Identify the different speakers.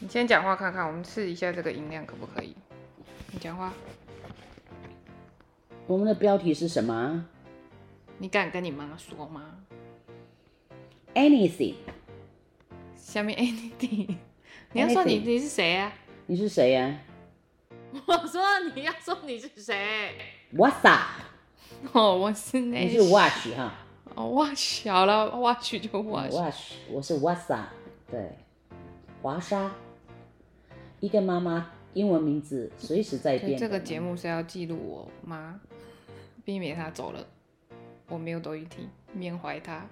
Speaker 1: 你先讲话看看，我们试一下这个音量可不可以？你讲话，
Speaker 2: 我们的标题是什么啊
Speaker 1: 你敢跟你妈说吗？
Speaker 2: ？Anything？
Speaker 1: 下 面 anything，你要说你
Speaker 2: Anything
Speaker 1: 你是谁啊？
Speaker 2: 你是谁呀、
Speaker 1: 我说你要说你是谁？
Speaker 2: w h a t s up？
Speaker 1: 哦，我是那
Speaker 2: 你是 Watch 哈
Speaker 1: 哦，哇小了，哇去就哇去，
Speaker 2: ？Watch，我是 What's up？对，华莎，一个妈妈英文名字随时在
Speaker 1: 所以
Speaker 2: 变。
Speaker 1: 这个节，目是要记录 我妈，避免她走了，我没有东西听，缅怀她。